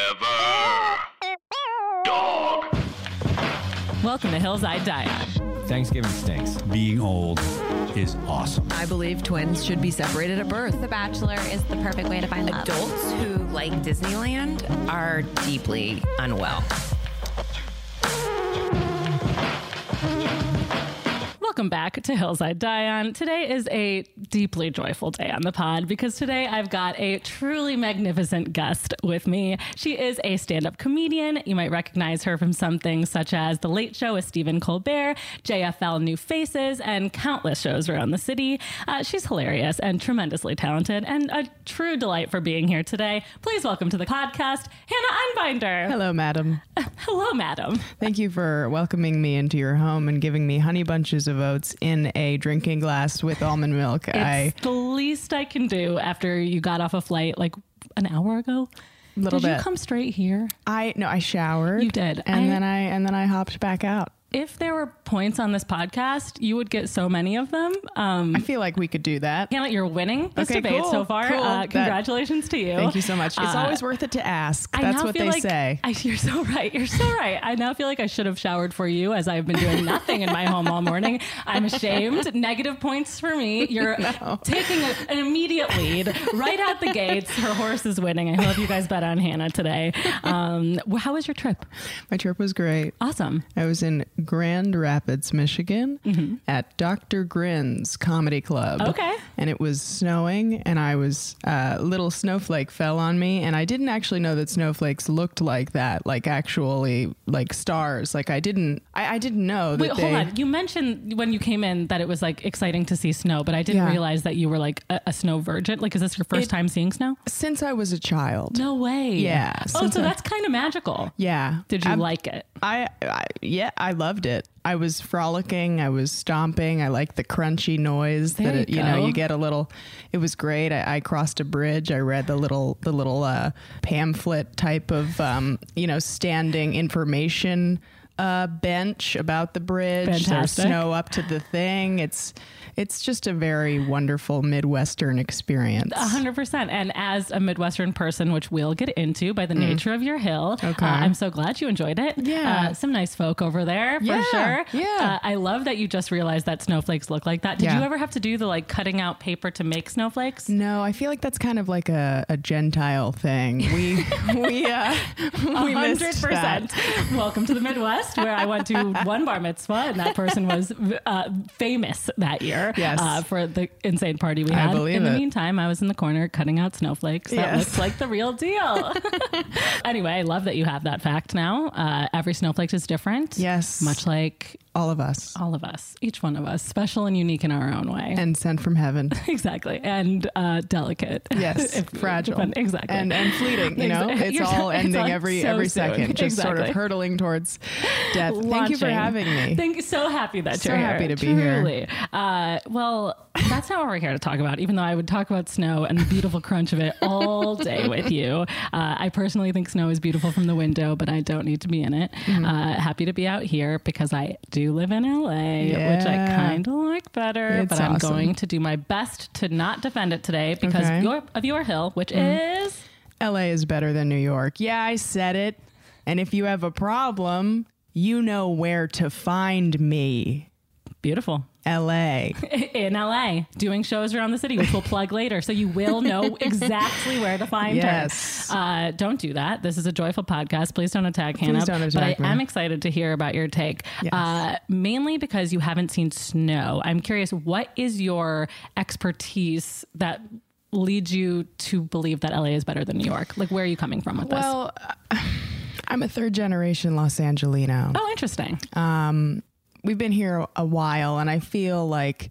Forever. Dog. Welcome to Hillside Diet. Thanksgiving stinks. Being old is awesome. I believe twins should be separated at birth. The Bachelor is the perfect way to find love. Adults who like Disneyland are deeply unwell. Welcome back to Hillside Dion. Today is a deeply joyful day on the pod because today I've got a truly magnificent guest with me. She is a stand up comedian. You might recognize her from some things such as The Late Show with Stephen Colbert, JFL New Faces, and countless shows around the city. Uh, she's hilarious and tremendously talented and a true delight for being here today. Please welcome to the podcast, Hannah Einbinder. Hello, madam. Hello madam. Thank you for welcoming me into your home and giving me honey bunches of oats in a drinking glass with almond milk. I It's the least I can do after you got off a flight like an hour ago. Little did you bit. come straight here? I no, I showered. You did. And I- then I and then I hopped back out. If there were points on this podcast, you would get so many of them. Um, I feel like we could do that. Hannah, you're winning this Okay, debate cool, so far. cool. Uh, That- congratulations to you. Thank you so much. It's Uh, always worth it to ask. I That's now what feel they like, say. I, you're so right. You're so right. I now feel like I should have showered for you as I've been doing nothing in my home all morning. I'm ashamed. Negative points for me. You're taking a, an immediate lead right out the gates. Her horse is winning. I hope you guys bet on Hannah today. Um, wh- how was your trip? My trip was great. Awesome. I was in Grand Rapids, Michigan at Dr. Grin's Comedy Club. Mm-hmm. Okay. And it was snowing, and I was, uh, little snowflake fell on me, and I didn't actually know that snowflakes looked like that, like actually, like stars. Like I didn't, I, I didn't know that Wait, they. hold on. You mentioned when you came in that it was like exciting to see snow, but I didn't Yeah. realize that you were like a, a snow virgin. Like, is this your first It- time seeing snow? Since I was a child. No way. Yeah, Oh, since so I- that's kind of magical. Yeah. Did you I'm- like it? I, I yeah, I loved it. I was frolicking. I was stomping. I liked the crunchy noise There that it, you you know go. you get a little. It was great. I, I crossed a bridge. I read the little the little uh, pamphlet type of um, you know standing information uh, bench about the bridge. There's Fantastic. snow up to the thing. It's it's just a very wonderful midwestern experience. A hundred percent. And as a Midwestern person, which we'll get into by the nature of your hill, Mm. Okay. uh, I'm so glad you enjoyed it. Yeah. Uh, some nice folk over there for Yeah, sure. yeah. Uh, I love that you just realized that snowflakes look like that. Did Yeah. you ever have to do the like cutting out paper to make snowflakes? No, I feel like that's kind of like a, a Gentile thing. We we uh, we missed that. Welcome to the Midwest, where I went to one bar mitzvah, and that person was uh, famous that year Yes. uh, for the insane party we I had. believe in the it. meantime, I was in the corner cutting out snowflakes. That Yes. looked like the real deal. anyway, I love that you have that fact now. Uh, every snowflake is different. Yes. Much like All of us. all of us, each one of us, special and unique in our own way. And sent from heaven. exactly. And uh, delicate. Yes. If- fragile. Exactly. And and fleeting, you know? Exa- It's You're so- all it's ending all every so every soon. second. Just sort Exactly. of hurtling towards death. Thank you for launching. having me. Thank you. So happy that So you're here. happy to be here. Truly. Uh, well, that's not what we're here to talk about, even though I would talk about snow and the beautiful crunch of it all day with you. Uh, I personally think snow is beautiful from the window, but I don't need to be in it. Mm-hmm. Uh, happy to be out here because I do live in LA, which I Yeah. kind of like better, It's but I'm awesome. going to do my best to not defend it today because Okay. Mm-hmm. your, of your hill, which is. LA is better than New York. Yeah, I said it. And if you have a problem, you know where to find me. Beautiful. LA. in LA doing shows around the city, which we'll plug later. So you will know exactly where to find Yes. her. Uh, don't do that. This is a joyful podcast. Please don't attack Hannah. don't but I attack me. am excited to hear about your take, uh, mainly because you haven't seen snow. I'm curious, what is your expertise that leads you to believe that LA is better than New York? Like, where are you coming from with this? Well, I'm a third generation Los Angelino. Oh, interesting. um, we've been here a while and I feel like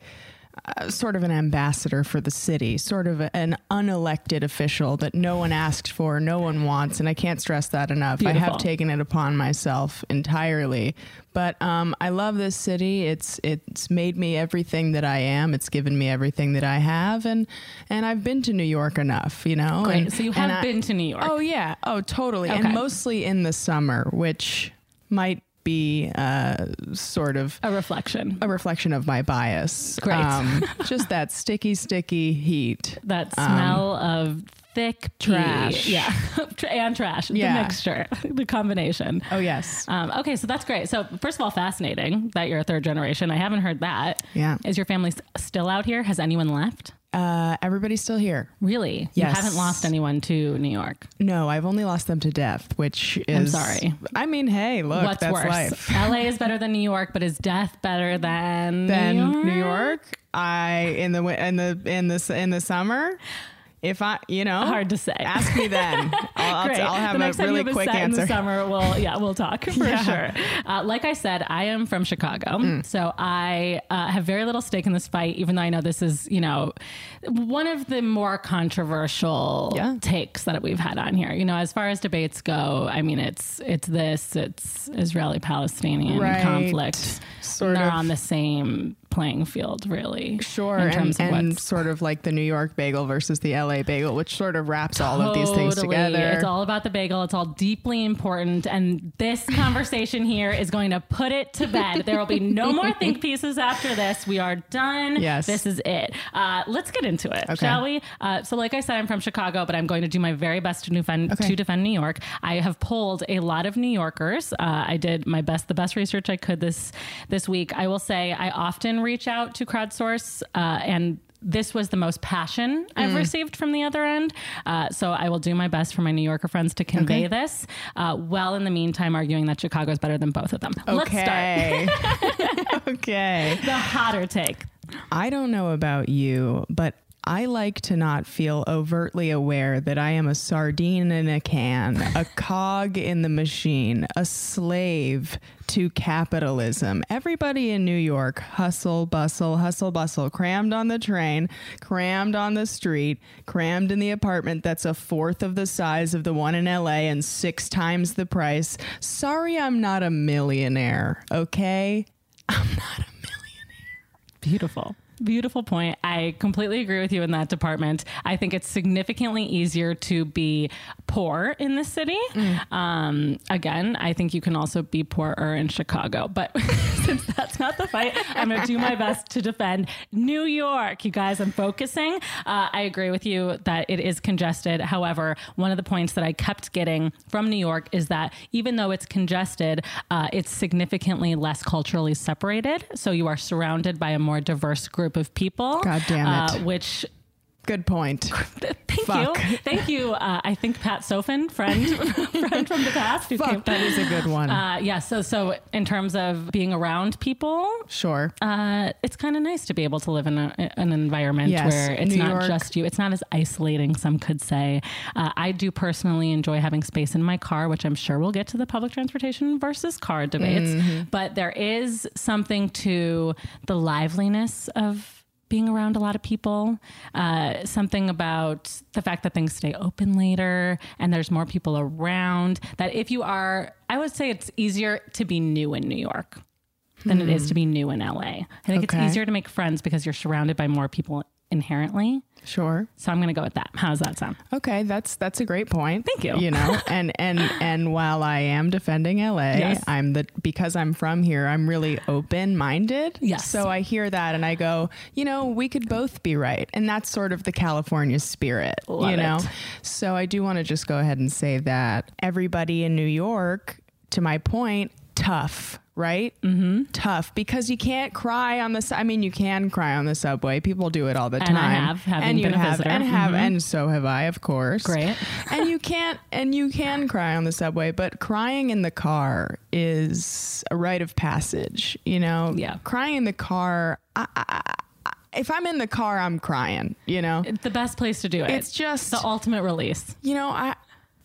uh, sort of an ambassador for the city, sort of an unelected official that no one asked for, no one wants, and I can't stress that enough. I Beautiful. have taken it upon myself entirely, but um, I love this city. It's it's made me everything that I am. It's given me everything that I have, and and I've been to New York enough, you know. Great. and- so you and have I- been to New York. Oh yeah. Oh totally. Okay. And mostly in the summer, which might be uh, sort of a reflection. a reflection of my bias. Um, Great. just that sticky, sticky heat. that smell of thick pee. Trash. Yeah. Tr- and trash. The Yeah. mixture, the combination. Oh, yes. Um, okay, so that's great. So, first of all, fascinating that you're a third generation. I haven't heard that. Yeah. Is your family s- still out here? Has anyone left? Uh, everybody's still here. Really? Yes. You haven't lost anyone to New York. No, I've only lost them to death, which is. sorry. I mean, hey, look, What's that's worse? life. LA is better than New York, but is death better than Then New York? New York, I in the wi- in the in this in the summer, if I you know Hard to say. Ask me then. I'll, I'll, Great. I'll have the next a time you really have a quick set answer. In the summer, we'll yeah, we'll talk for sure. Uh, like I said, I am from Chicago, Mm. so I uh, have very little stake in this fight. Even though I know this is, you know, one of the more controversial Yeah. takes that we've had on here. You know, as far as debates go, I mean, it's it's this, it's Israeli-Palestinian Right. conflict. Sort They're of. on the same playing field, really. Sure, in and, terms of and what's sort of like the New York bagel versus the LA bagel, which sort of wraps all of these things Totally. together. It's all about the bagel. It's all deeply important. And this conversation here is going to put it to bed. There will be no more think pieces after this. We are done. Yes. This is it. Uh, let's get into it, Okay. shall we? Uh, so, like I said, I'm from Chicago, but I'm going to do my very best to defend, Okay. to defend New York. I have polled a lot of New Yorkers. Uh, I did my best, the best research I could this this week. I will say I often reach out to crowdsource uh, and this was the most passion I've Mm. received from the other end. Uh, so I will do my best for my New Yorker friends to convey this, uh, while in the meantime arguing that Chicago is better than both of them. Let's start. okay. okay. The hotter take. I don't know about you, but I like to not feel overtly aware that I am a sardine in a can, a cog in the machine, a slave to capitalism. Everybody in New York, hustle, bustle, hustle, bustle, crammed on the train, crammed on the street, crammed in the apartment that's a fourth of the size of the one in LA and six times the price. Sorry, I'm not a millionaire, okay? Beautiful. Beautiful point. I completely agree with you in that department. I think it's significantly easier to be poor in this city. Um, again, I think you can also be poorer in Chicago, but since that's not the fight, I'm going to do my best to defend New York. You guys, I'm focusing. Uh, I agree with you that it is congested. However, one of the points that I kept getting from New York is that even though it's congested, uh, it's significantly less culturally separated. So you are surrounded by a more diverse group of people. God damn it. Uh, which Good point. Thank Fuck. you, thank you. Uh, I think Pat Sofin, friend, friend from the past, who came. Fuck, that is a good one. Uh, yeah. So, so in terms of being around people, Sure. uh, it's kind of nice to be able to live in a, an environment Yes, where it's New not York. just you. It's not as isolating, some could say. Uh, I do personally enjoy having space in my car, which I'm sure we'll get to the public transportation versus car debates. Mm-hmm. But there is something to the liveliness of being around a lot of people, uh, something about the fact that things stay open later and there's more people around. That if you are, I would say it's easier to be new in New York than it is to be new in LA. I think Mm. Okay. it's easier to make friends because you're surrounded by more people inherently. Sure. So I'm going to go with that. How's that sound? Okay, that's that's a great point. Thank you. You know, and and and while I am defending LA, Yes. I'm the because I'm from here, I'm really open-minded. Yes. So I hear that and I go, you know, we could both be right. And that's sort of the California spirit, Love you know. it. So I do want to just go ahead and say that everybody in New York, to my point, tough, right? Mm-hmm. Tough because you can't cry on the. s- I mean, you can cry on the subway. People do it all the And I time. have, having and you been a have, visitor. Mm-hmm. and have, and so have I, of course. Great. and you can't, and you can cry on the subway, but crying in the car is a rite of passage. You know, Yeah. Crying in the car. I, I, I, if I'm in the car, I'm crying. You know, The best place to do it. it's just the ultimate release. you know, I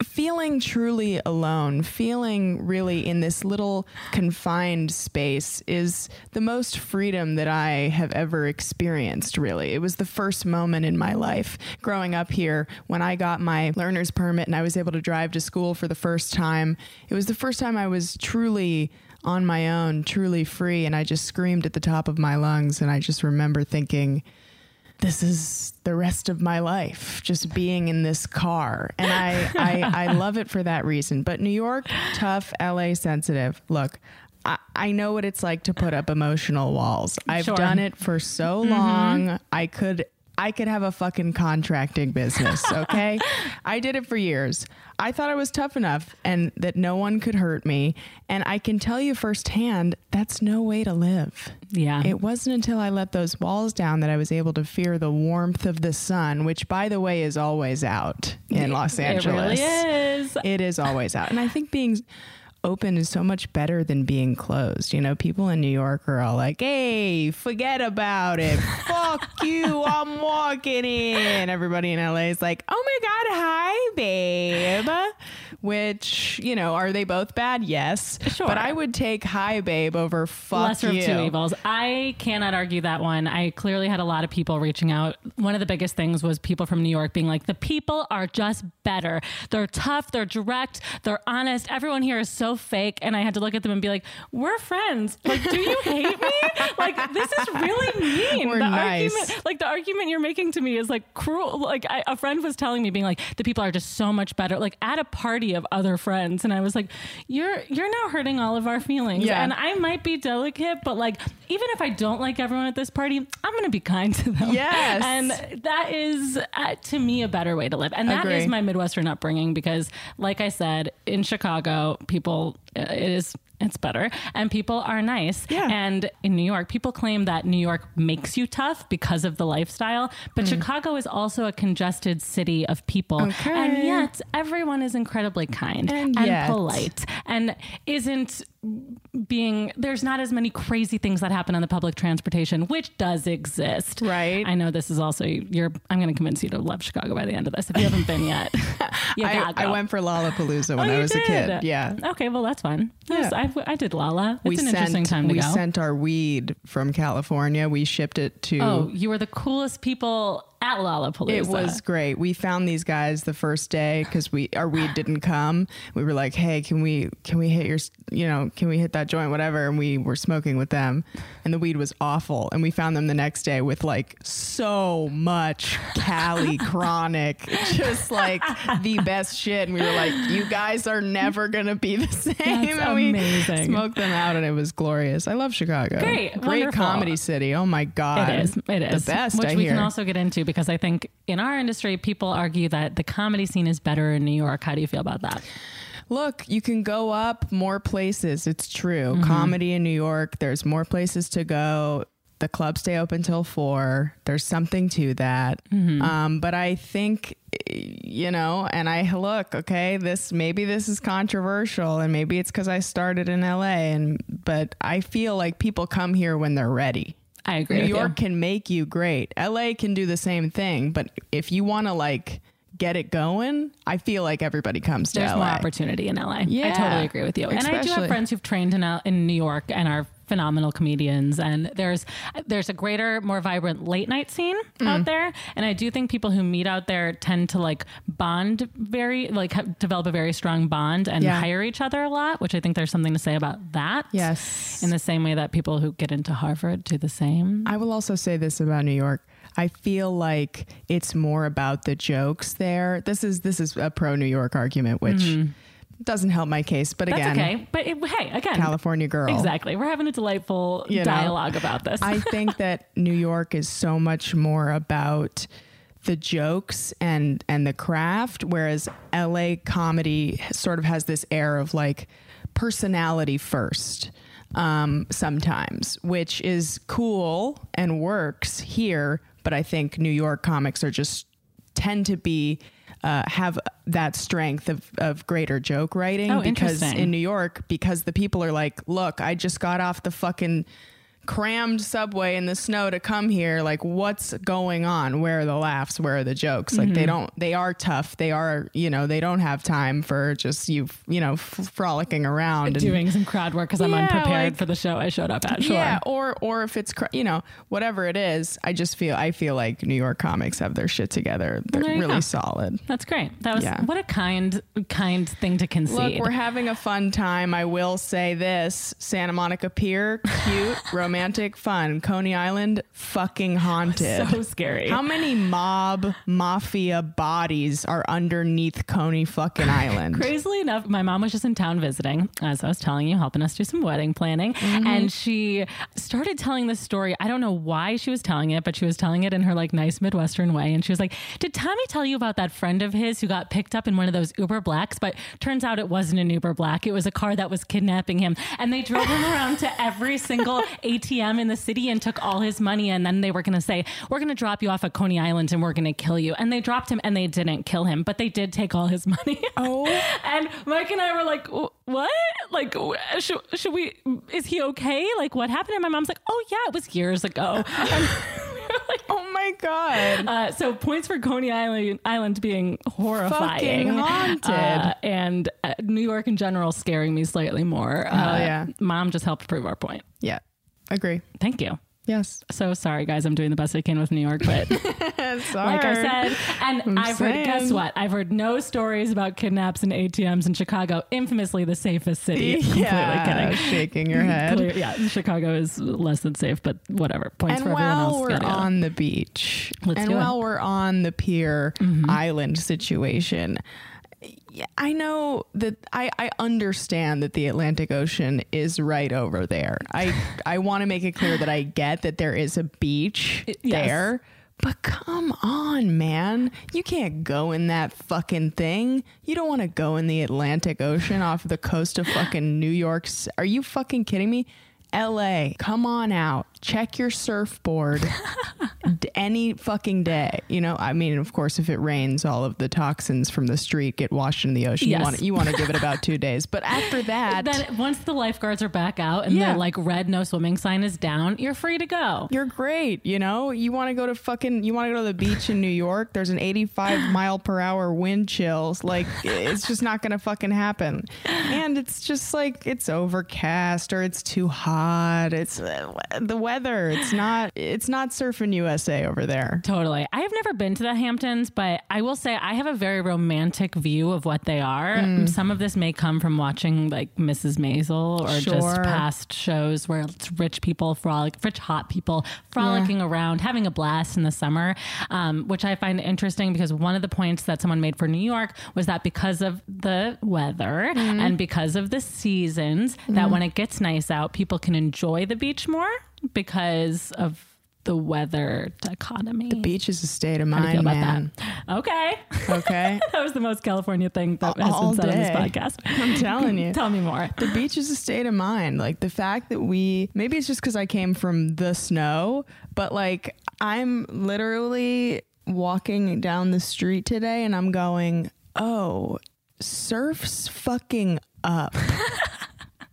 feeling truly alone, feeling really in this little confined space is the most freedom that I have ever experienced, really. It was the first moment in my life growing up here when I got my learner's permit and I was able to drive to school for the first time. It was the first time I was truly on my own, truly free, and I just screamed at the top of my lungs and I just remember thinking this is the rest of my life just being in this car and I, I i love it for that reason but new york tough la sensitive look I, I know what it's like to put up emotional walls i've Sure. done it for so long i could I could have a fucking contracting business, okay? I did it for years. I thought I was tough enough and that no one could hurt me. And I can tell you firsthand, that's no way to live. Yeah. It wasn't until I let those walls down that I was able to fear the warmth of the sun, which, by the way, is always out in Los It really Angeles. is. It is always out. And I think being open is so much better than being closed. You know, people in New York are all like, hey, forget about it. Fuck you. I'm walking in. Everybody in LA is like, oh my God, hi, babe. Which, you know, are they both bad? Yes. Sure. But I would take hi, babe over fuck Lesser you. of two evils. I cannot argue that one. I clearly had a lot of people reaching out. One of the biggest things was people from New York being like, the people are just better. They're tough, they're direct, they're honest. Everyone here is so fake. And I had to look at them and be like, we're friends. Like, do you hate me? Like, this is really mean. We're the nice. argument, like, the argument you're making to me is like cruel. Like, I, a friend was telling me, being like, the people are just so much better. Like, at a party of other friends. And I was like, you're, you're now hurting all of our feelings. Yeah. And I might be delicate, but like, even if I don't like everyone at this party, I'm going to be kind to them. Yes. And that is, uh, to me, a better way to live. And that is Agree. my Midwestern upbringing because, like I said, in Chicago, people, it is. It's better, and people are nice. Yeah. And in New York, people claim that New York makes you tough because of the lifestyle, but Hmm. Chicago is also a congested city of people, and Okay. yet everyone is incredibly kind And yet. polite, and isn't being there's not as many crazy things that happen on the public transportation which does exist Right. i know this is also you're i'm going to convince you to love chicago by the end of this if you haven't been yet you I, gotta I go. went for Lollapalooza Oh, when I you was a did? kid. Yeah. okay well that's fun That was- Yeah. I, I did lala it's an interesting time to we go sent our weed from California. We shipped it to. oh you were the coolest people at lollapalooza it was great. We found these guys the first day because we our weed didn't come. We were like, "Hey, can we can we hit your s- you know can we hit that joint whatever?" And we were smoking with them, and the weed was awful. And we found them the next day with like so much Cali chronic, just like the best shit. And we were like, "You guys are never gonna be the same." and we amazing. smoked them out, and it was glorious. I love Chicago. Great, great wonderful. comedy city. Oh my god, It is. It is the best. Which I we hear. can also get into because I think in our industry, people argue that the comedy scene is better in New York. How do you feel about that? Look, you can go up more places. It's true. Mm-hmm. Comedy in New York, there's more places to go. The clubs stay open till four. There's something to that. Mm-hmm. Um, but I think, you know, and I look, okay, this maybe this is controversial and maybe it's because I started in LA and but I feel like people come here when they're ready. I agree. New with York you. can make you great. LA can do the same thing, but if you want to like get it going, I feel like everybody comes to there's LA. more opportunity in LA. I Yeah. totally agree with you. And I do have Especially- friends who've trained in L- in New York and are phenomenal comedians and there's there's a greater more vibrant late night scene Mm-hmm. out there and I do think people who meet out there tend to like bond very like ha- develop a very strong bond and Yeah. hire each other a lot which I think there's something to say about that Yes. in the same way that people who get into Harvard do the same I will also say this about New York. I feel like it's more about the jokes there. This is this is a pro New York argument, which doesn't help my case. But Mm-hmm. that's again, okay but it, hey again California girl. exactly we're having a delightful You know, dialogue about this I think that New York is so much more about the jokes and and the craft, whereas LA comedy sort of has this air of like personality first um, sometimes, which is cool and works here. But I think New York comics are just tend to be uh, have that strength of, of greater joke writing Oh, because interesting. in New York because the people are like, look, I just got off the fucking crammed subway in the snow to come here. Like, what's going on? Where are the laughs? Where are the jokes? Like, they don't, they are tough. They are, you know, they don't have time for just you, you know, f- frolicking around and doing some crowd work because I'm Yeah, unprepared like- for the show I showed up at. Sure. Yeah, or or if it's cr- you know whatever it is, I just feel I feel like New York comics have their shit together. They're There you really go. solid. That's great. That was Yeah. what a kind, kind thing to concede. Look, we're having a fun time. I will say this Santa Monica Pier, cute, romantic, fun. Coney Island, fucking haunted. So scary. How many mob mafia bodies are underneath Coney fucking Island? Crazily enough, my mom was just in town visiting, as I was telling you, helping us do some wedding planning. And she started telling this story. I don't know why she was telling it, but she was telling it in her like nice Midwestern way. And she was like, Did Tommy tell you about that friend of his who got picked up in one of those Uber Blacks? But turns out it wasn't an Uber Black. It was a car that was kidnapping him. And they drove him around to every single ATM in the city and took all his money. And then they were going to say, We're going to drop you off at Coney Island and we're going to kill you. And they dropped him and they didn't kill him, but they did take all his money. Oh. And Mike and I were like, "Wh- what? Like, wh- should, should we, is he okay? Like, what happened? And my mom's like, oh, yeah, it was years ago. And we were like, Oh my god. uh, so points for Coney Island, Island being horrifying, Fucking haunted. Uh, and uh, New York in general scaring me slightly more. uh, yeah. mom just helped prove our point. yeah. Agree. Thank you. Yes. So sorry, guys. I'm doing the best I can with New York, but like I said, and i have heard. saying. Guess what? I've heard no stories about kidnaps and ATMs in Chicago, infamously the safest city. yeah, Completely kidding. shaking your head. Clear- yeah, Chicago is less than safe, but whatever. Points for and everyone while else. we're Gotta go. on the beach, Let's and do it. Mm-hmm. while we're on the pier island situation, yeah, I know that I, I understand that the Atlantic Ocean is right over there. I I want to make it clear that I get that there is a beach yes. there. But come on, man. You can't go in that fucking thing. You don't want to go in the Atlantic Ocean off the coast of fucking New York. C- Are you fucking kidding me? LA, come on out. Check your surfboard d- any fucking day. You know, I mean, of course, if it rains, all of the toxins from the street get washed in the ocean. Yes. You want you want to give it about two days, but after that, then once the lifeguards are back out and Yeah. the like red no swimming sign is down, you're free to go. you're great. You know, you want to go to fucking, you want to go to the beach in New York. There's an 85 mile per hour wind chills. Like, it's just not going to fucking happen. And it's just like, it's overcast or it's too hot. It's uh, the weather. It's not, it's not surfing USA over there. Totally. I have never been to the Hamptons, but I will say I have a very romantic view of what they are. Mm. Some of this may come from watching like Mrs. Maisel or just Sure. past shows where it's rich people frolic, rich hot people frolicking around, having a blast in the summer, um, which I find interesting because one of the points that someone made for New York was that because of the weather Mm-hmm. and because of the seasons, that when it gets nice out, people can enjoy the beach more because of the weather dichotomy. Beach is a state of How do you feel mind, about man. that? Okay. Okay. that was the most California thing that has All been said day. on this podcast. I'm telling you. Tell me more. the beach is a state of mind. Like the fact that we maybe it's just because I came from the snow, but like I'm literally walking down the street today and I'm going, oh, surf's fucking up.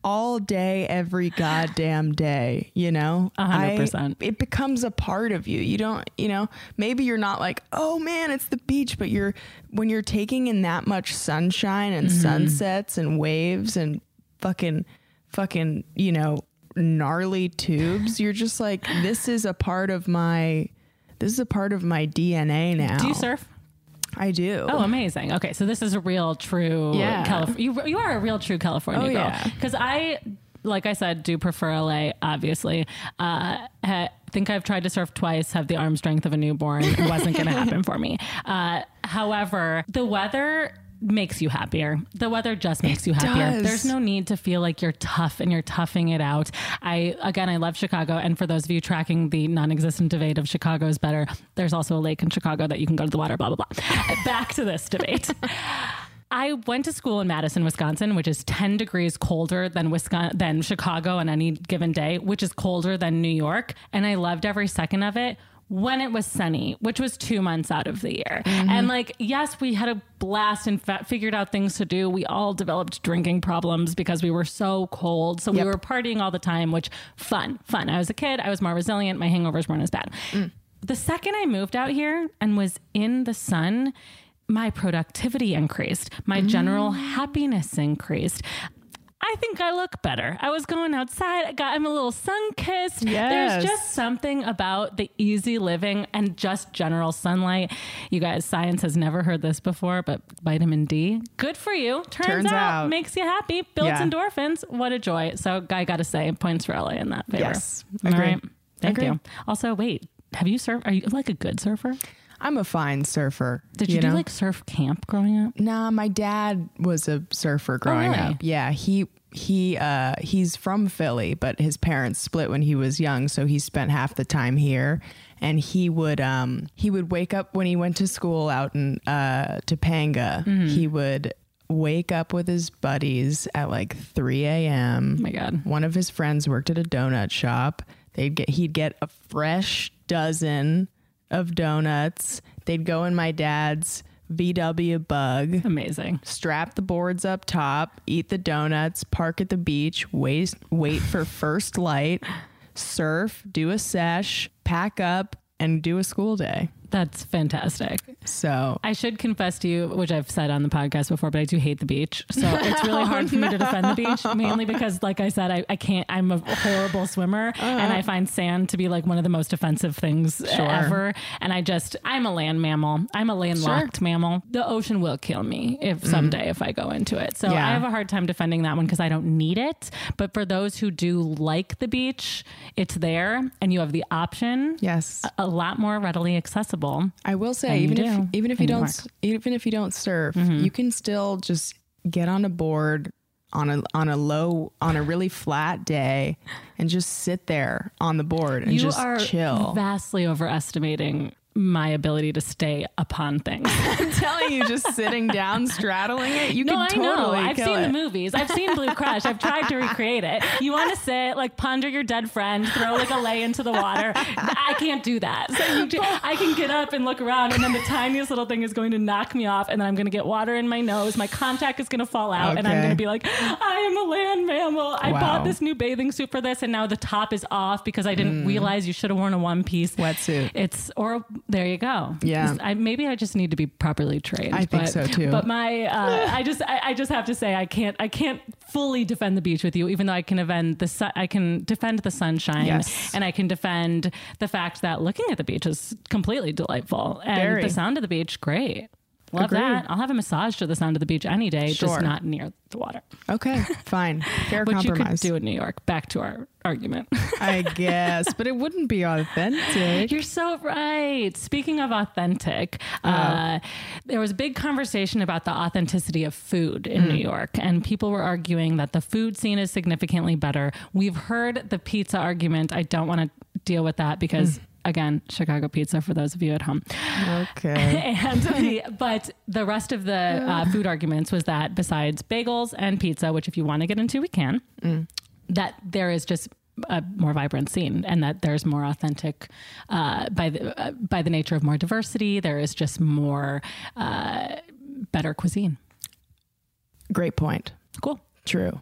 All day, every goddamn day, you know? A hundred percent. It becomes a part of you. You don't, you know, maybe you're not like, oh man, it's the beach, but you're, when you're taking in that much sunshine and Mm-hmm. sunsets and waves and fucking, fucking, you know, gnarly tubes, you're just like, this is a part of my, this is a part of my DNA now. Do you surf? I do. Oh, amazing. Okay, so this is a real, true Yeah. Calif- you, you are a real, true California Oh, girl. yeah. Because I, like I said, do prefer LA, obviously. Uh, ha- think I've tried to surf twice, have the arm strength of a newborn. It wasn't going to happen for me. Uh, however, the weather makes you happier. The weather just makes you happier. does. There's no need to feel like you're tough and you're toughing it out. I again I love Chicago and for those of you tracking the non-existent debate of Chicago is better, there's also a lake in Chicago that you can go to the water blah blah blah. Back to this debate. I went to school in Madison, Wisconsin, which is 10 degrees colder than Wisconsin, than Chicago on any given day, which is colder than New York. And I loved every second of it when it was sunny, which was two months out of the year. And like, yes, we had a blast and fa- figured out things to do. We all developed drinking problems because we were so cold. So we were partying all the time, which fun, fun. I was a kid. I was more resilient. My hangovers weren't as bad. The second I moved out here and was in the sun, Mm. my productivity increased, my general happiness increased. I think I look better. I was going outside. I got, I'm a little sun kissed. Yes. There's just something about the easy living and just general sunlight. You guys, science has never heard this before, but vitamin D, good for you. Turns, Turns out. makes you happy, builds Yeah. endorphins. What a joy. So, I got to say, points for LA in that favor. Yes. All Agree. right. Thank Agree. you. Also, wait. Have you surfed? Are you like a good surfer? I'm a fine surfer. Did you, do know? like surf camp growing up? Oh Nah, my dad was a surfer growing really? up. Yeah, he he uh he's from Philly, but his parents split when he was young, so he spent half the time here. And he would um he would wake up when he went to school out in uh Topanga. Mm-hmm. He would wake up with his buddies at like 3 a.m. Oh my God. One of his friends worked at a donut shop. They'd get he'd get a fresh dozen of donuts. They'd go in my dad's VW bug, Amazing. strap the boards up top, eat the donuts, park at the beach, wait wait for first light, surf, do a sesh, pack up and do a school day. That's fantastic. So, I should confess to you, which I've said on the podcast before, but I do hate the beach. So it's really hard for me to defend the beach, mainly because, like I said, I, I can't, I'm a horrible swimmer and I find sand to be like one of the most offensive things ever. And I just, I'm a land mammal. I'm a landlocked mammal. The ocean will kill me if someday if I go into it. So Yeah. I have a hard time defending that one because I don't need it. But for those who do like the beach, it's there and you have the option. yes. A lot more readily accessible. I will say, And you even if do, even if you and you don't work. s- even if you don't surf, you can still just get on a board on a on a low on a really flat day and just sit there on the board and you just are chill. vastly overestimating my ability to stay upon things. I'm telling you, just sitting down, straddling it, you no, can I totally know. I've kill seen it. the movies. I've seen Blue Crush. I've tried to recreate it. You want to sit, like ponder your dead friend, throw like a lay into the water. I can't do that. So you do, I can get up and look around, and then the tiniest little thing is going to knock me off, and then I'm going to get water in my nose. My contact is going to fall out, and I'm Okay. going to be like, I am a land mammal. I Wow. bought this new bathing suit for this, and now the top is off because I didn't realize you should have worn a one piece Mm. Wetsuit. It's or there you go. Yeah. I, maybe I just need to be properly trained. I think but- so, too. But my, uh, I just, I, I just have to say, I can't, I can't fully defend the beach with you, even though I can defend the, sun, I can defend the sunshine, Yes. and I can defend the fact that looking at the beach is completely delightful, and Very. the sound of the beach, great. Love Agreed. that. I'll have a massage to the sound of the beach any day, Sure. just not near the water. Okay, fine, fair Which compromise. you could do in New York. Back to our argument. I guess, but it wouldn't be authentic. You're so right. Speaking of authentic, uh, there was a big conversation about the authenticity of food in New York, and people were arguing that the food scene is significantly better. We've heard the pizza argument. I don't want to deal with that because. Again, Chicago pizza for those of you at home. Okay, And the, but the rest of the uh, food arguments was that besides bagels and pizza, which if you want to get into, we can, Mm. that there is just a more vibrant scene and that there's more authentic uh, by the uh, by the nature of more diversity. There is just more uh, better cuisine. great point. Cool. True.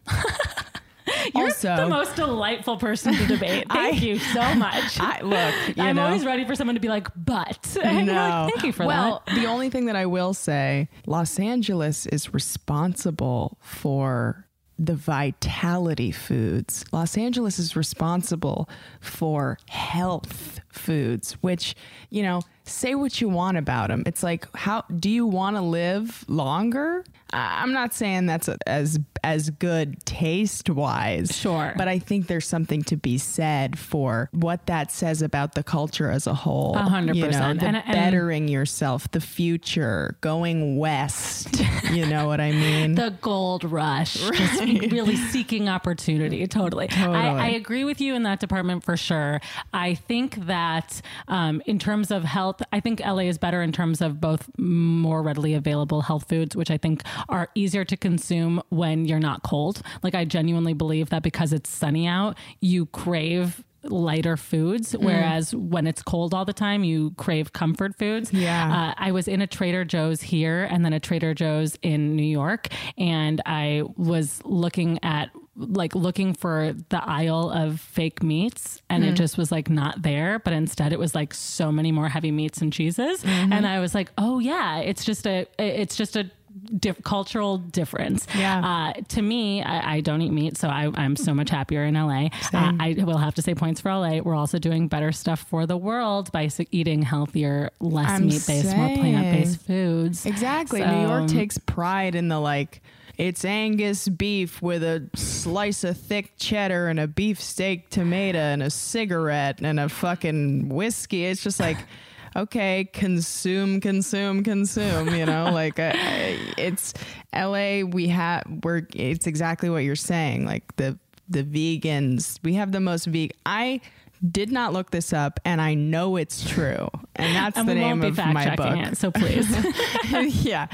You're Also- the most delightful person to debate. Thank you so much. I look. You I'm know, always ready for someone to be like, but. And you're like, Thank you for that. well, the only thing that I will say, Los Angeles is responsible for the vitality foods. Los Angeles is responsible for health foods, which, you know, say what you want about them. It's like, how do you want to live longer? I- I'm not saying that's a, as as good taste wise. Sure. But I think there's something to be said for what that says about the culture as a whole A hundred you know, percent. the And- and- bettering yourself, the future, going west. you know what I mean? the gold rush, just really seeking opportunity. Totally. I, I agree with you in that department for sure. I think that um, in terms of health, I think LA is better in terms of both more readily available health foods, which I think are easier to consume when you're not cold. Like, I genuinely believe that because it's sunny out, you crave lighter foods whereas when it's cold all the time you crave comfort foods Yeah. Uh, uh, I was in a Trader Joe's here and then a Trader Joe's in New York, and I was looking at like looking for the aisle of fake meats and Hmm. it just was like not there but instead it was like Mm-hmm. so many more heavy meats and cheeses and i was like oh yeah it's just a it's just a diff- cultural difference. Yeah. Uh, to me, I, I don't eat meat, so I, I'm so much happier in LA. Uh, I will have to say points for LA. We're also doing better stuff for the world by s- eating healthier, less I'm meat based, more saying. plant based foods. Exactly. So- New York takes pride in the like, it's Angus beef with a slice of thick cheddar and a beefsteak tomato and a cigarette and a fucking whiskey. It's just like, okay, consume, consume, consume. You know, like I, I, it's L.A. We have we're it's exactly what you're saying. Like the the vegans, we have the most veg. I did not look this up, and I know it's true, and that's and the we name won't be of fact my book checking it, so please. yeah.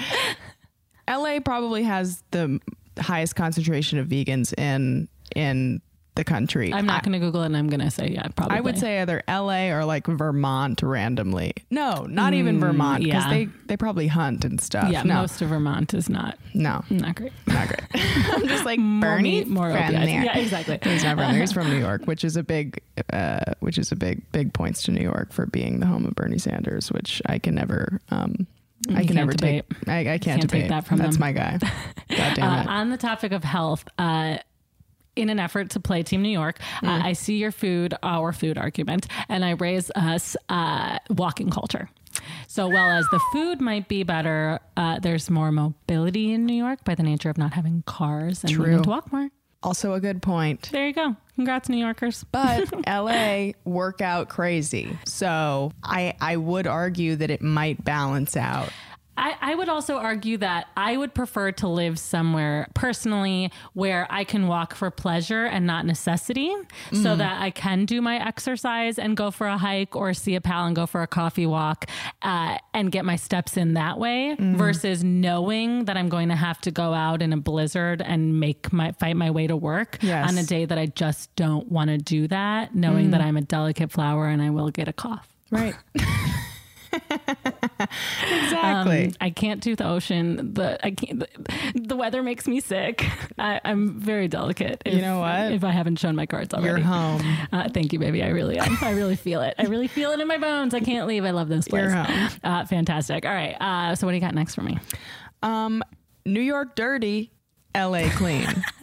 LA probably has the highest concentration of vegans in in the country. I'm not I, going to Google it and I'm going to say, yeah, probably. I would say either LA or like Vermont randomly. No, not even Vermont because Mm, yeah. they they probably hunt and stuff. Yeah, no. most of Vermont is not no. not great. Not great. I'm just like Bernie more from opioids. there. Yeah, exactly. He's not from there. He's from New York, which is a big, uh, which is a big, big points to New York for being the home of Bernie Sanders, which I can never, um, I can't can never debate. take. I, I can't, Can't take debate that from That's them. my guy. God damn Uh, it. on the topic of health, uh, in an effort to play Team New York, Mm-hmm. uh, I see your food, our food argument, and I raise us uh, walking culture. So, while as the food might be better, uh, there's more mobility in New York by the nature of not having cars and True. needing to walk more. also a good point. There you go. Congrats, New Yorkers. But LA workout crazy, so I I would argue that it might balance out. I, I would also argue that I would prefer to live somewhere personally where I can walk for pleasure and not necessity so that I can do my exercise and go for a hike or see a pal and go for a coffee walk uh, and get my steps in that way versus knowing that I'm going to have to go out in a blizzard and make my fight my way to work Yes. on a day that I just don't want to do that, knowing that I'm a delicate flower and I will get a cough. Right. exactly. Um, I can't do the ocean. The I can't. The, the weather makes me sick. I, I'm very delicate. If, You know what? If I haven't shown my cards already, You're home. Uh, thank you, baby. I really am. I really feel it. I really feel it in my bones. I can't leave. I love this place. You're home. Uh, fantastic. All right. Uh, so what do you got next for me? New York dirty, LA clean.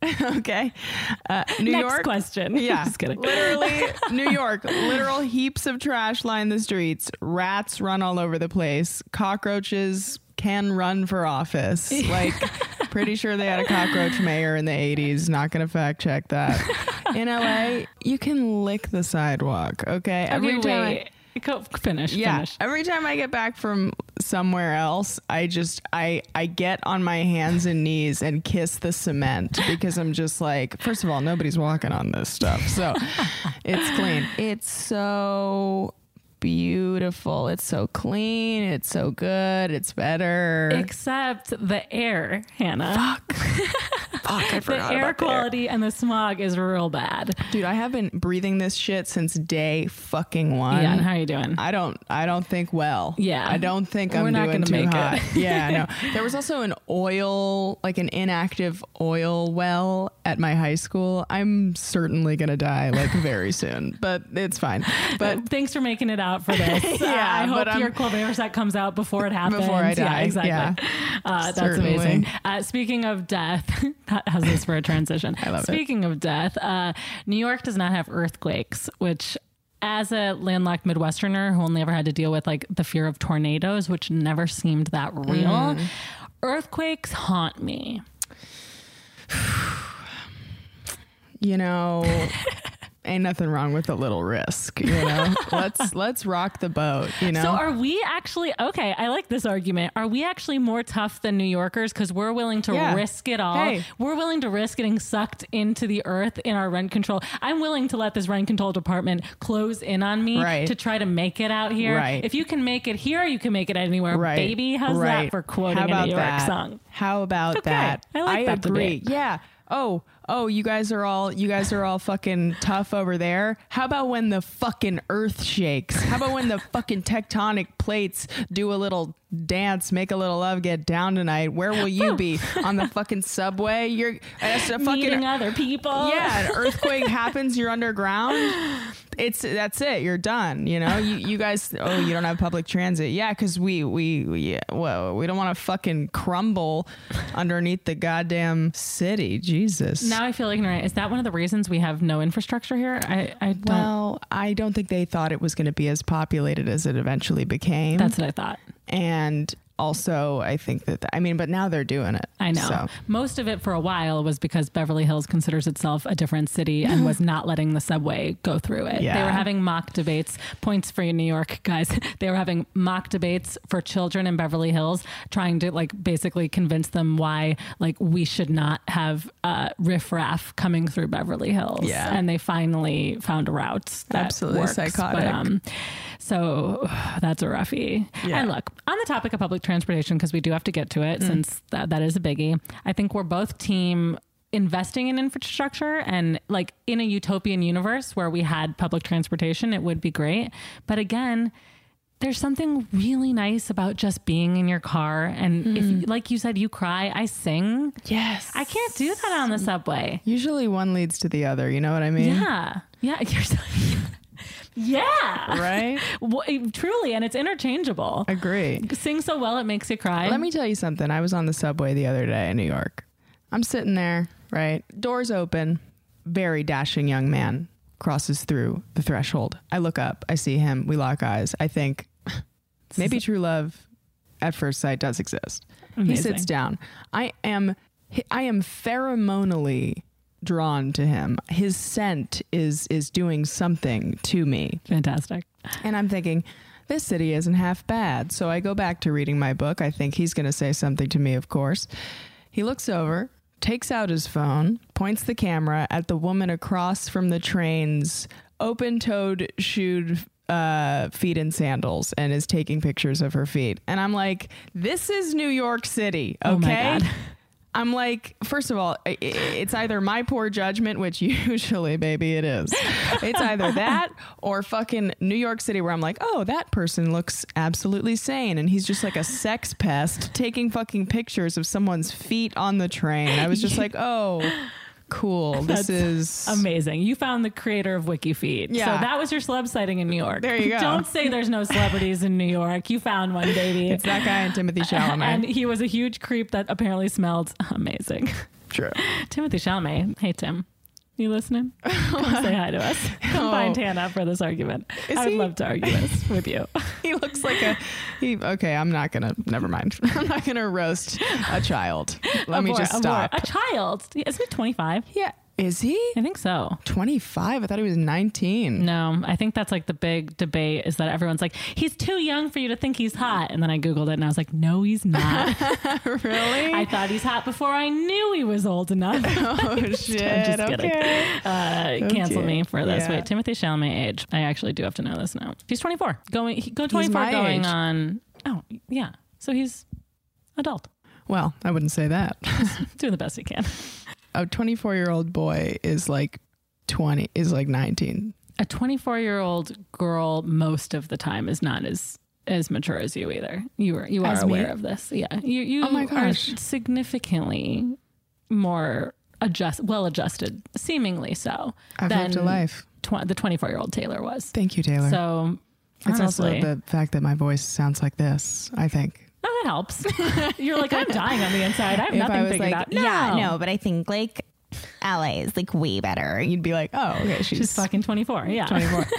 okay. Uh, New next York. question. Yeah. Just kidding. Literally, New York, literal heaps of trash line the streets. Rats run all over the place. Cockroaches can run for office. Like, pretty sure they had a cockroach mayor in the 80s. Not going to fact check that. In LA, you can lick the sidewalk. Okay. Okay, Every time. wait. Go, finish. Yeah. Finish. Every time I get back from somewhere else, I just I I get on my hands and knees and kiss the cement because I'm just like, first of all, nobody's walking on this stuff. So it's clean. It's so beautiful. It's so clean. It's so good. It's better. Except the air, Hannah. Fuck, I the forgot air about the quality and the smog is real bad. Dude, I have been breathing this shit since day fucking one. Yeah. and How are you doing? I don't I don't think well. Yeah. I don't think I'm We're not doing gonna too make it. hot. yeah, no. There was also an oil like an inactive oil well at my high school. I'm certainly gonna die like very soon. But it's fine. But Thanks for making it out for this. Yeah, I hope but I'm- your Colbert set comes out before it happens. Before I Yeah, die, exactly. yeah. Uh, that's Certainly. amazing. Uh, speaking of death, that has this for a transition. I love it. speaking of death, uh, New York does not have earthquakes, which as a landlocked Midwesterner who only ever had to deal with like the fear of tornadoes, which never seemed that real, Mm. earthquakes haunt me. you know ain't nothing wrong with a little risk, you know? let's let's rock the boat, you know. So are we actually okay? I like this argument. Are we actually more tough than New Yorkers because we're willing to Yeah. risk it all? Hey. We're willing to risk getting sucked into the earth in our rent control. I'm willing to let this rent control department close in on me Right. to try to make it out here. Right. If you can make it here, you can make it anywhere. right. Baby, how's right. that for quoting How a about New York that? song? How about that? I like that agree. debate. Yeah. Oh, oh, you guys are all you guys are all fucking tough over there. How about when the fucking earth shakes? How about when the fucking tectonic plates do a little dance, make a little love, get down tonight? Where will you be on the fucking subway? You're that's a fucking Meeting other people. yeah, an earthquake happens, you're underground. It's that's it. You're done. You know, you, you guys. Oh, you don't have public transit. Yeah, because we we we yeah, whoa, we don't want to fucking crumble underneath the goddamn city. Jesus. Now I feel ignorant. Is that one of the reasons we have no infrastructure here? I, I don't. Well, I don't think they thought it was going to be as populated as it eventually became. that's what I thought. and also I think that I mean, but now they're doing it. I know. So. Most of it for a while was because Beverly Hills considers itself a different city and was not letting the subway go through it. They Yeah. were having mock debates, points for you, New York guys. They were having mock debates for children in Beverly Hills, trying to like basically convince them why like we should not have uh, riffraff coming through Beverly Hills. Yeah. And they finally found a route that Absolutely works. psychotic. But, um, so that's a roughie. And look, on the topic of public transportation, because we do have to get to Mm. it since that, that is a biggie, I think we're both team investing in infrastructure and like in a utopian universe where we had public transportation, it would be great. But again, there's something really nice about just being in your car. And if, like you said, you cry, I sing. Mm. Yes. I can't do that on the subway. Usually one leads to the other. You know what I mean? Yeah. Yeah. You're so, yeah. Right. Wha- eh, truly. And it's interchangeable. Agree. sing so well it makes you cry. Let me tell you something. I was on the subway the other day in New York. I'm sitting there, right? Doors open. Very dashing young man crosses through the threshold. I look up. I see him. We lock eyes. I think maybe true love at first sight does exist. He Amazing. sits down. I am I am pheromonally drawn to him. His scent is is doing something to me. Fantastic. And I'm thinking, this city isn't half bad. So I go back to reading my book. I think he's going to say something to me, of course. He looks over, takes out his phone, points the camera at the woman across from the train's open toed, shoed uh, feet in sandals and is taking pictures of her feet. And I'm like, this is New York City. Okay. Oh my God. I'm like, first of all, i- i- it's either my poor judgment, which usually, baby, it is. It's either that or fucking New York City, where I'm like, oh, that person looks absolutely sane. And he's just like a sex pest taking fucking pictures of someone's feet on the train. I was just like, oh, cool. This is. Amazing. You found the creator of WikiFeed. So Yeah. that was your celeb sighting in New York. There you go. Don't say there's no celebrities in New York. You found one, baby. It's that guy and Timothy Chalamet. and he was a huge creep that apparently smelled amazing. True. Timothy Chalamet. Hey, Tim. You listening? Come say hi to us. Come find Hannah for this argument. Oh. Is I would he- love to argue this with you. He looks like a. He, okay, I'm not gonna. Never mind. I'm not gonna roast a child. Let me Abhor- just abhor- stop. A child. Isn't he 25? Yeah. Is he? I think so. 25. I thought he was 19. No, I think that's like the big debate is that everyone's like, he's too young for you to think he's hot. And then I Googled it and I was like, no, he's not. Really? I thought he's hot before I knew he was old enough. oh shit. just kidding. okay. Uh, Cancel Okay. me for this. Yeah. Wait, Timothy Chalamet age. I actually do have to know this now. He's 24. Going, he, go 24 my going age. on. Oh, yeah. So he's adult. Well, I wouldn't say that. Doing the best he can. a 24 year old boy is like 20 is like 19. A 24 year old girl most of the time is not as as mature as you either. You are you are As me? aware of this. Yeah. You you Oh my gosh. are significantly more adjust well adjusted, seemingly so. I've lived a life. Tw- the 24 year old Taylor was. Thank you, Taylor. So it's honestly, also the fact that my voice sounds like this, I think. no, oh, that helps. You're like I'm dying on the inside. I have If nothing I was figured like, out. Yeah, no, but I think like LA is like way better. You'd be like, oh, okay, she's, She's fucking 24. Yeah. 24.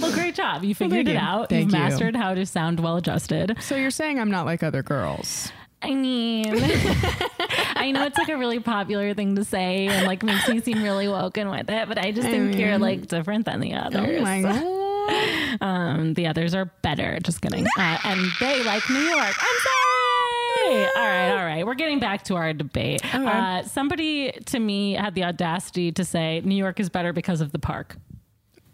well, great job. You figured thank it you. out. Thank You've you. mastered how to sound well adjusted. So you're saying I'm not like other girls. I mean, I know it's like a really popular thing to say and like makes me seem really woken with it, but I just think you're like different than the oh others. um, the others are better. Just kidding. Uh, and they like New York. I'm sorry. All right, all right. We're getting back to our debate. Uh, somebody to me had the audacity to say New York is better because of the park.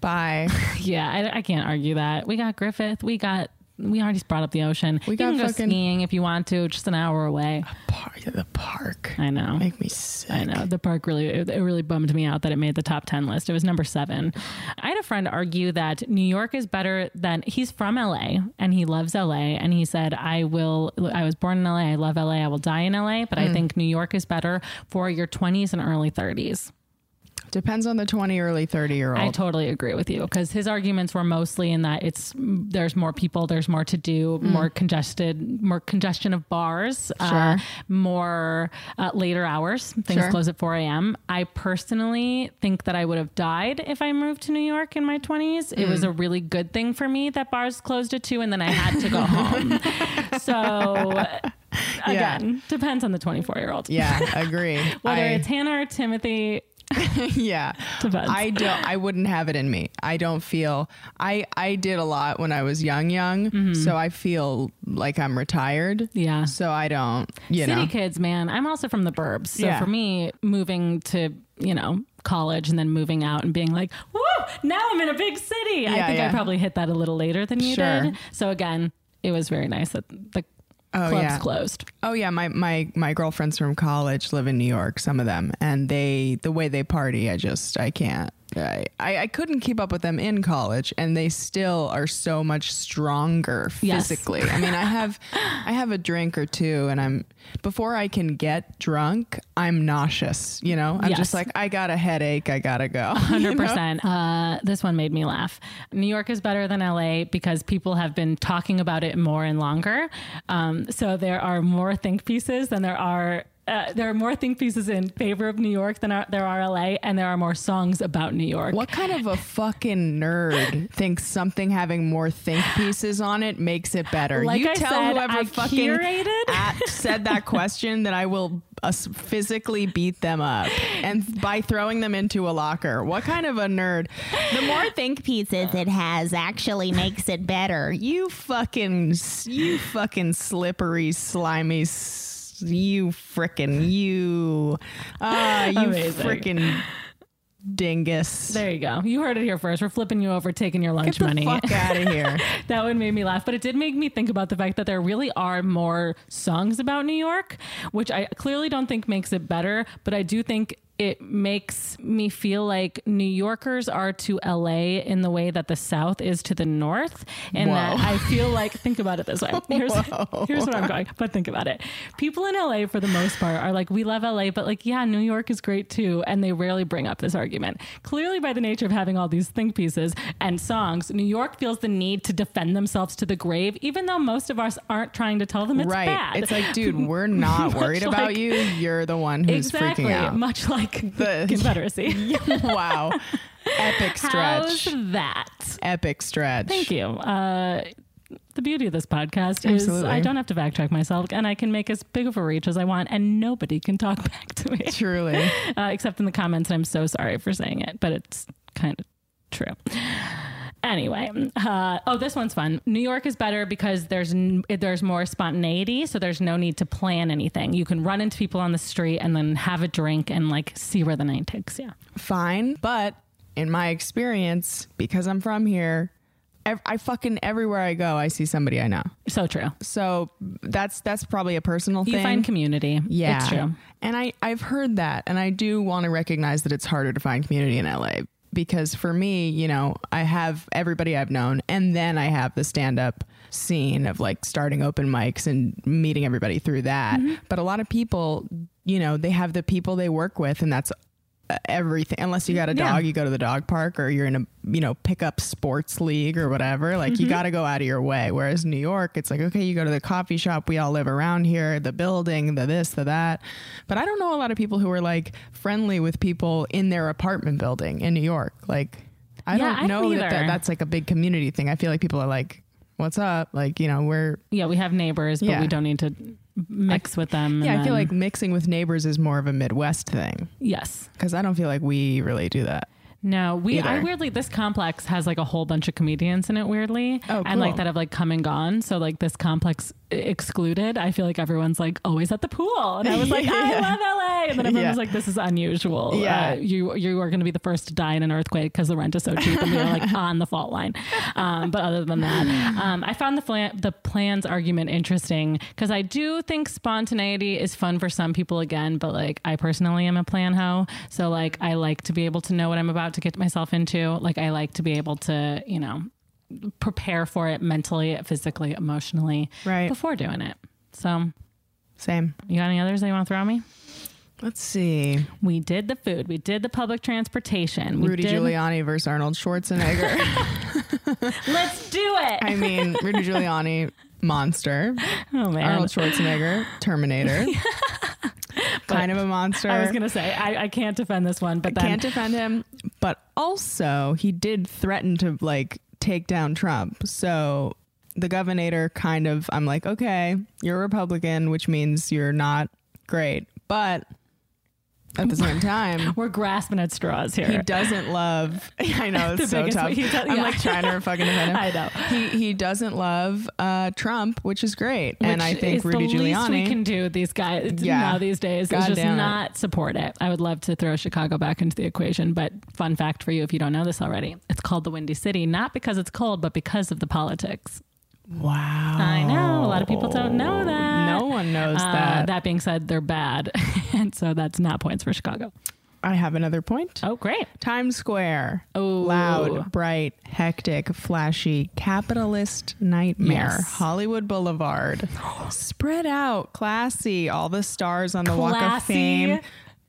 Bye. Yeah, I, I can't argue that. We got Griffith. We got we already brought up the ocean. We you got can go fucking- skiing if you want to, just an hour away. Park, the park. I know. Make me sick. I know the park really it it really bummed me out that it made the top 10 list. It was number 7. I had a friend argue that New York is better than he's from LA and he loves LA and he said I will I was born in LA, I love LA, I will die in LA, but I think New York is better for your 20s and early 30s. Depends on the 20, early 30 year I old. totally agree with you because his arguments were mostly in that it's there's more people, there's more to do, Mm. more congested, more congestion of bars, uh, more uh, later hours. Things Sure. close at 4 a.m. I personally think that I would have died if I moved to New York in my 20s. It Mm. was a really good thing for me that bars closed at 2 and then I had to go home. So yeah. again, depends on the 24 year old. Yeah, agree. Whether I- it's Hannah or Timothy, yeah. Depends. I don't I wouldn't have it in me. I don't feel I I did a lot when I was young young, so I feel like I'm retired. Mm-hmm. Yeah. So I don't, you city know. kids, man. I'm also from the burbs. So Yeah. for me, moving to, you know, college and then moving out and being like, woo, now I'm in a big city. I Yeah, think I yeah. probably hit that a little later than you Sure. did. So again, it was very nice that the clubs yeah. closed. Oh yeah, my my my girlfriends from college live in New York, some of them, and they the way they party, I just I can't. I, I, I couldn't keep up with them in college and they still are so much stronger Yes. physically. I mean I have I have a drink or two and I'm before I can get drunk, I'm nauseous, you know? I'm Yes. just like, I got a headache, I gotta go. you know? Hundred percent. Uh, this one made me laugh. New York is better than LA because people have been talking about it more and longer. Um, so there are more think pieces than there are. Uh, there are more think pieces in favor of New York than are, there are LA, and there are more songs about New York. What kind of a fucking nerd thinks something having more think pieces on it makes it better? Like you I tell said, whoever I fucking curated. at- said that question that I will uh, physically beat them up and by throwing them into a locker. What kind of a nerd? The more think pieces it has actually makes it better. You fucking you fucking slippery slimy s- you frickin' you uh, you Amazing. frickin' dingus. There you go. You heard it here first. We're flipping you over, taking your lunch Get the money. fuck out of here. that one made me laugh, but it did make me think about the fact that there really are more songs about New York, which I clearly don't think makes it better, but I do think it makes me feel like New Yorkers are to LA in the way that the South is to the North. And that Whoa. I feel like, think about it this way. Here's, here's where I'm going, but think about it. People in LA, for the most part, are like, we love LA, but like, yeah, New York is great too. And they rarely bring up this argument. Clearly, by the nature of having all these think pieces and songs, New York feels the need to defend themselves to the grave, even though most of us aren't trying to tell them it's right. bad. It's like, dude, we're not worried about like- you. You're the one who's exactly, freaking out. much like the The- Confederacy. wow. Epic stretch. How's that? Epic stretch. Thank you. Uh, the beauty of this podcast is Absolutely. I don't have to backtrack myself, and I can make as big of a reach as I want, and nobody can talk back to me. Truly. uh, except in the comments. And I'm so sorry for saying it, but it's kind of true. Anyway, uh, oh, this one's fun. New York is better because there's n- there's more spontaneity, so there's no need to plan anything. You can run into people on the street and then have a drink and like see where the night takes you. Fine. But in my experience, because I'm from here, ev- I fucking everywhere I go, I see somebody I know. So true. So that's that's probably a personal You thing. find community. Yeah. it's true. And I, I've heard that. And I do want to recognize that it's harder to find community in LA because for me, you know, I have everybody I've known. And then I have the stand up scene of like starting open mics and meeting everybody through that. But a lot of people, you know, they have the people they work with, and that's uh, everything unless you got a Yeah. dog you go to the dog park or you're in a you know pickup sports league or whatever like you got to go out of your way whereas new york it's like okay you go to the coffee shop we all live around here the building the this the that but i don't know a lot of people who are like friendly with people in their apartment building in new york like i Yeah, I don't know don't that, either. that that's like a big community thing i feel like people are like what's up like you know we're Yeah, we have neighbors, but Yeah. we don't need to mix with them. yeah and i feel then- like mixing with neighbors is more of a midwest thing yes, because i don't feel like we really do that No, we I Either. weirdly this complex has like a whole bunch of comedians in it weirdly. Oh, And like cool. that have like come and gone. So like this complex i- excluded, I feel like everyone's like always at the pool. And I was like, I Yeah. love LA. And then everyone Yeah. was like, this is unusual. Yeah. Uh, you you are gonna be the first to die in an earthquake because the rent is so cheap and we were like on the fault line. Um, but other than that, um, I found the flan the plans argument interesting because I do think spontaneity is fun for some people again, but like I personally am a plan hoe. So like I like to be able to know what I'm about to get myself into. Like I like to be able to, you know, prepare for it mentally, physically, emotionally Right. before doing it. So Same. you got any others that you want to throw at me? Let's see. We did the food. We did the public transportation. We Rudy did- Giuliani versus Arnold Schwarzenegger. Let's do it. I mean, Rudy Giuliani, monster. oh man. Arnold Schwarzenegger, Terminator. kind of a monster. I was gonna say I, I can't defend this one, but then Can't defend him, but also he did threaten to like take down Trump. So the governor kind of, I'm like, okay, you're a Republican, which means you're not great, but at the same time. we're grasping at straws He here. doesn't love. I know The it's so biggest- tough. he does- I'm yeah. like trying to fucking defend him. I know. He he doesn't love uh, Trump, which is great, and Which I think is Rudy the Giuliani. least we can do with these guys Yeah. now these days God is just damn it. not support it. I would love to throw Chicago back into the equation, but fun fact for you if you don't know this already, it's called the Windy City not because it's cold, but because of the politics. wow. I know a lot of people don't know that. No one knows Uh, that. That being said, they're bad, and so that's not points for Chicago. I have another point. Oh, great. Times Square. Oh. Loud, bright, hectic, flashy, capitalist nightmare. Yes. Hollywood Boulevard. Spread out, classy, all the stars on the Walk of Classy. Fame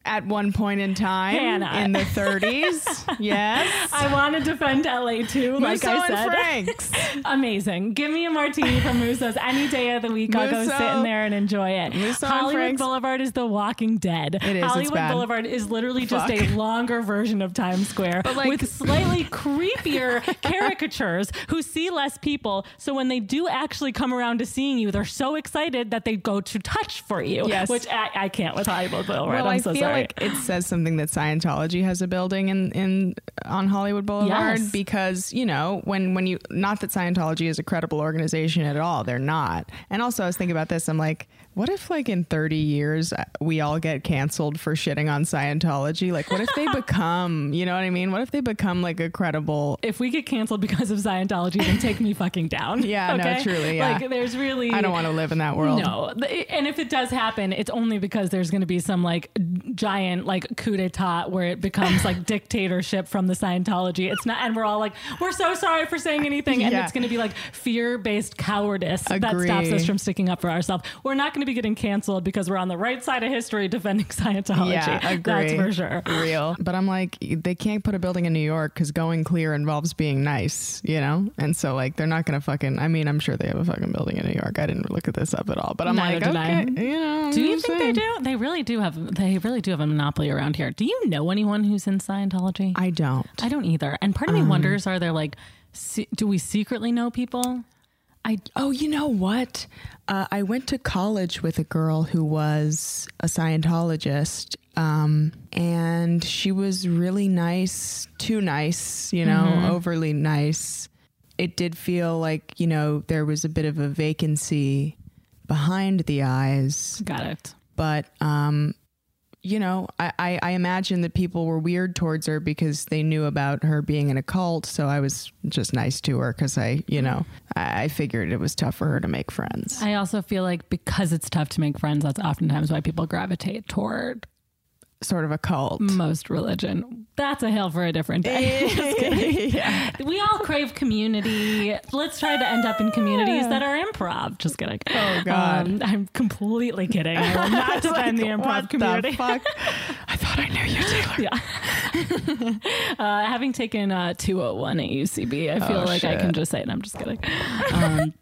at one point in time Hannah. in the 30s. yes. I want to defend LA too, like Musso I said. and Franks. Amazing. Give me a martini from Musso's any day of the week. I'll go Musso. sit in there and enjoy it. Musso and Hollywood Frank's- Boulevard is the walking dead. is. It's Hollywood bad. Boulevard is literally just Fuck. a longer version of Times Square like- with slightly creepier caricatures who see less people. So when they do actually come around to seeing you, they're so excited that they go to touch for you. Yes. Which I, I can't with Hollywood Boulevard. Well, I'm I so feel sorry. like it says something that Scientology has a building in, in on Hollywood Boulevard Yes. because you know when when you not that Scientology is a credible organization at all, they're not. And also, I was thinking about this. I'm like, what if like in 30 years uh, we all get canceled for shitting on Scientology? Like, what if they become, you know what I mean? What if they become like a credible? if we get canceled because of Scientology, then take me fucking down. Yeah, no, truly, yeah. Like, there's really. I don't want to live in that world. No, Th- and if it does happen, it's only because there's going to be some like giant like coup d'état where it becomes like dictatorship from the Scientology. It's not, and we're all like, we're so sorry for saying anything, and Yeah. it's going to be like fear-based cowardice that Agree. stops us from sticking up for ourselves. We're not going to be getting canceled because we're on the right side of history defending Scientology. Yeah, agree. Mm, That's for sure. Real. But I'm like, they can't put a building in New York because going clear involves being nice, you know? And so, like, they're not going to fucking. I mean, I'm sure they have a fucking building in New York. I didn't look at this up at all. But I'm Neither like, did okay, you know. Do I'm you think they saying. do? They really do have. They really do have a monopoly around here. Do you know anyone who's in Scientology? I don't. I don't either. And part of me wonders: Are there like, se- do we secretly know people? I oh, you know what? Uh, I went to college with a girl who was a Scientologist, um, and she was really nice, too nice, you know, overly nice. It did feel like you know there was a bit of a vacancy behind the eyes, Got it. but um, you know, I, I, I imagine that people were weird towards her because they knew about her being in a cult. So I was just nice to her because I, you know, I, I figured it was tough for her to make friends. I also feel like because it's tough to make friends, that's oftentimes why people gravitate toward Sort of a cult. most religion. That's a hell for a different day. Just kidding. We all crave community. Let's try to end up in communities that are improv. Just kidding. Oh God. I'm completely kidding. I will not defend the improv what community. the fuck? I thought I knew you, Taylor. Uh, oh having Oh, taken uh, 201 at UCB, I feel like I can just say it. I'm just kidding. Um,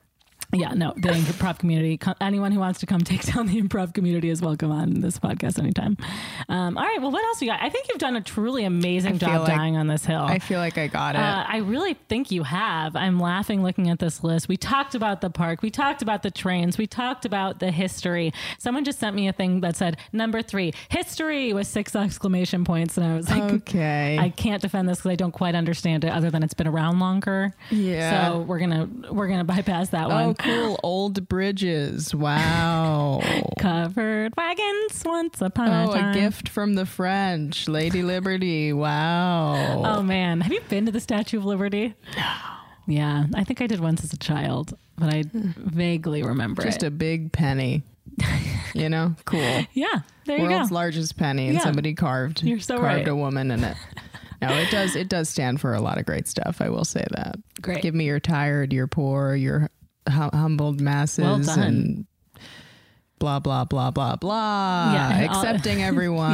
Yeah, no, the improv community. co- Anyone who wants to come take down the improv community is welcome on this podcast anytime. Um, all right, well, what else you got? I think you've done a truly amazing feel job like- dying on this hill. I feel like I got it. Uh, I really think you have. I'm laughing looking at this list. We talked about the park. We talked about the trains. We talked about the history. Someone just sent me a thing that said number three, history with six exclamation points. And I was like, Okay. um, I can't defend this because I don't quite understand it other than it's been around longer. Yeah. So we're going to, we're going to bypass that one. oh, cool. Old bridges. Wow. Covered wagons once upon oh, a time. a gift from the French. Lady Liberty. Wow. Oh man, have you been to the Statue of Liberty? No. Yeah, I think I did once as a child, but I vaguely remember Hmm. Just it. a big penny. you know? Cool. yeah, there you go. World's largest penny and Yeah. somebody carved You're so carved right. a woman in it. No, it does it does stand for a lot of great stuff. I will say that. Great. Give me your tired, your poor, your hum- humbled masses Well done. and blah blah blah blah blah. Yeah, and all- accepting everyone.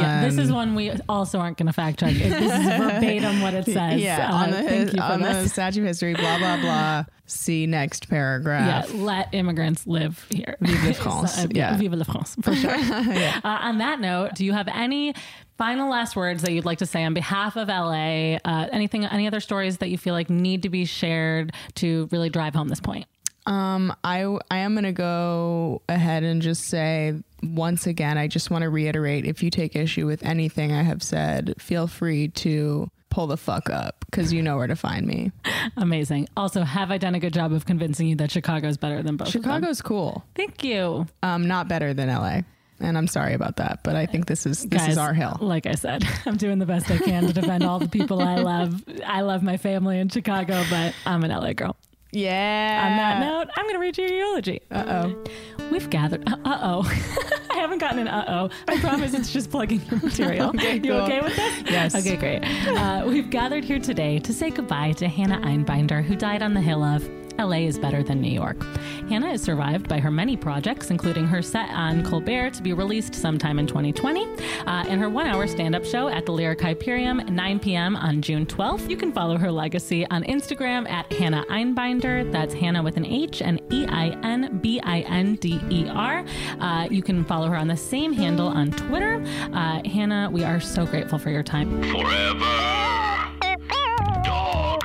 yeah, this is one we also aren't going to fact check. This is verbatim what it says. Yeah, Uh, on the thank you for on the this. statue of history, blah blah blah. See next Yeah, paragraph. let immigrants live here. Vive la France, uh, yeah. Vive la France, for sure. uh, on that note, do you have any final last words that you'd like to say on behalf of LA? Uh, anything, any other stories that you feel like need to be shared to really drive home this point? Um, I I am gonna go ahead and just say once again, I just want to reiterate: if you take issue with anything I have said, feel free to pull the fuck up because you know where to find me. Amazing. Also, have I done a good job of convincing you that Chicago's better than both? of them? Chicago's cool, Thank you, um, not better than LA, and I'm sorry about that, but I think this is this guys. is our hill. Like I said, I'm doing the best I can to defend all the people I love. I love my family in Chicago, but I'm an LA girl. Yeah. On that note, I'm going to read you your eulogy. Uh oh. We've gathered. Uh oh. I haven't gotten an uh oh. I promise it's just plugging your material. you cool. okay with this? Yes. Okay, great. Uh, we've gathered here today to say goodbye to Hannah Einbinder, who died on the hill of. LA is better than New York. Hannah is survived by her many projects, including her set on Colbert to be released sometime in 2020, uh, and her one hour stand up show at the Lyric Hyperium, 9 p.m. on June 12th. You can follow her legacy on Instagram at Hannah Einbinder. That's Hannah with an H and E I N B I N D E R. Uh, you can follow her on the same handle on Twitter. Uh, Hannah, we are so grateful for your time. Forever. Dog.